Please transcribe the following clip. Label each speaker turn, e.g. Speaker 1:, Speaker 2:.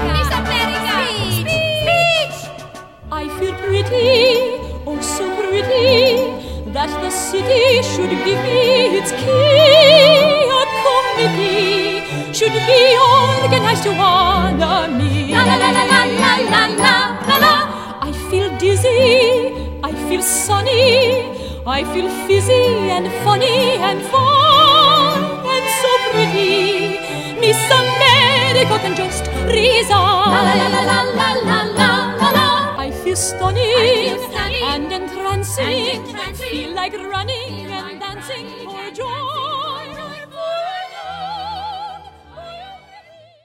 Speaker 1: oh, its key, a comedy should be organized to honor me. La la la la la la la la la. I feel dizzy, I feel sunny, I feel fizzy and funny and fun and so pretty. Miss America can just resign. La la la la la la la la la. I feel stunning and entrancing, feel like running and dancing for joy.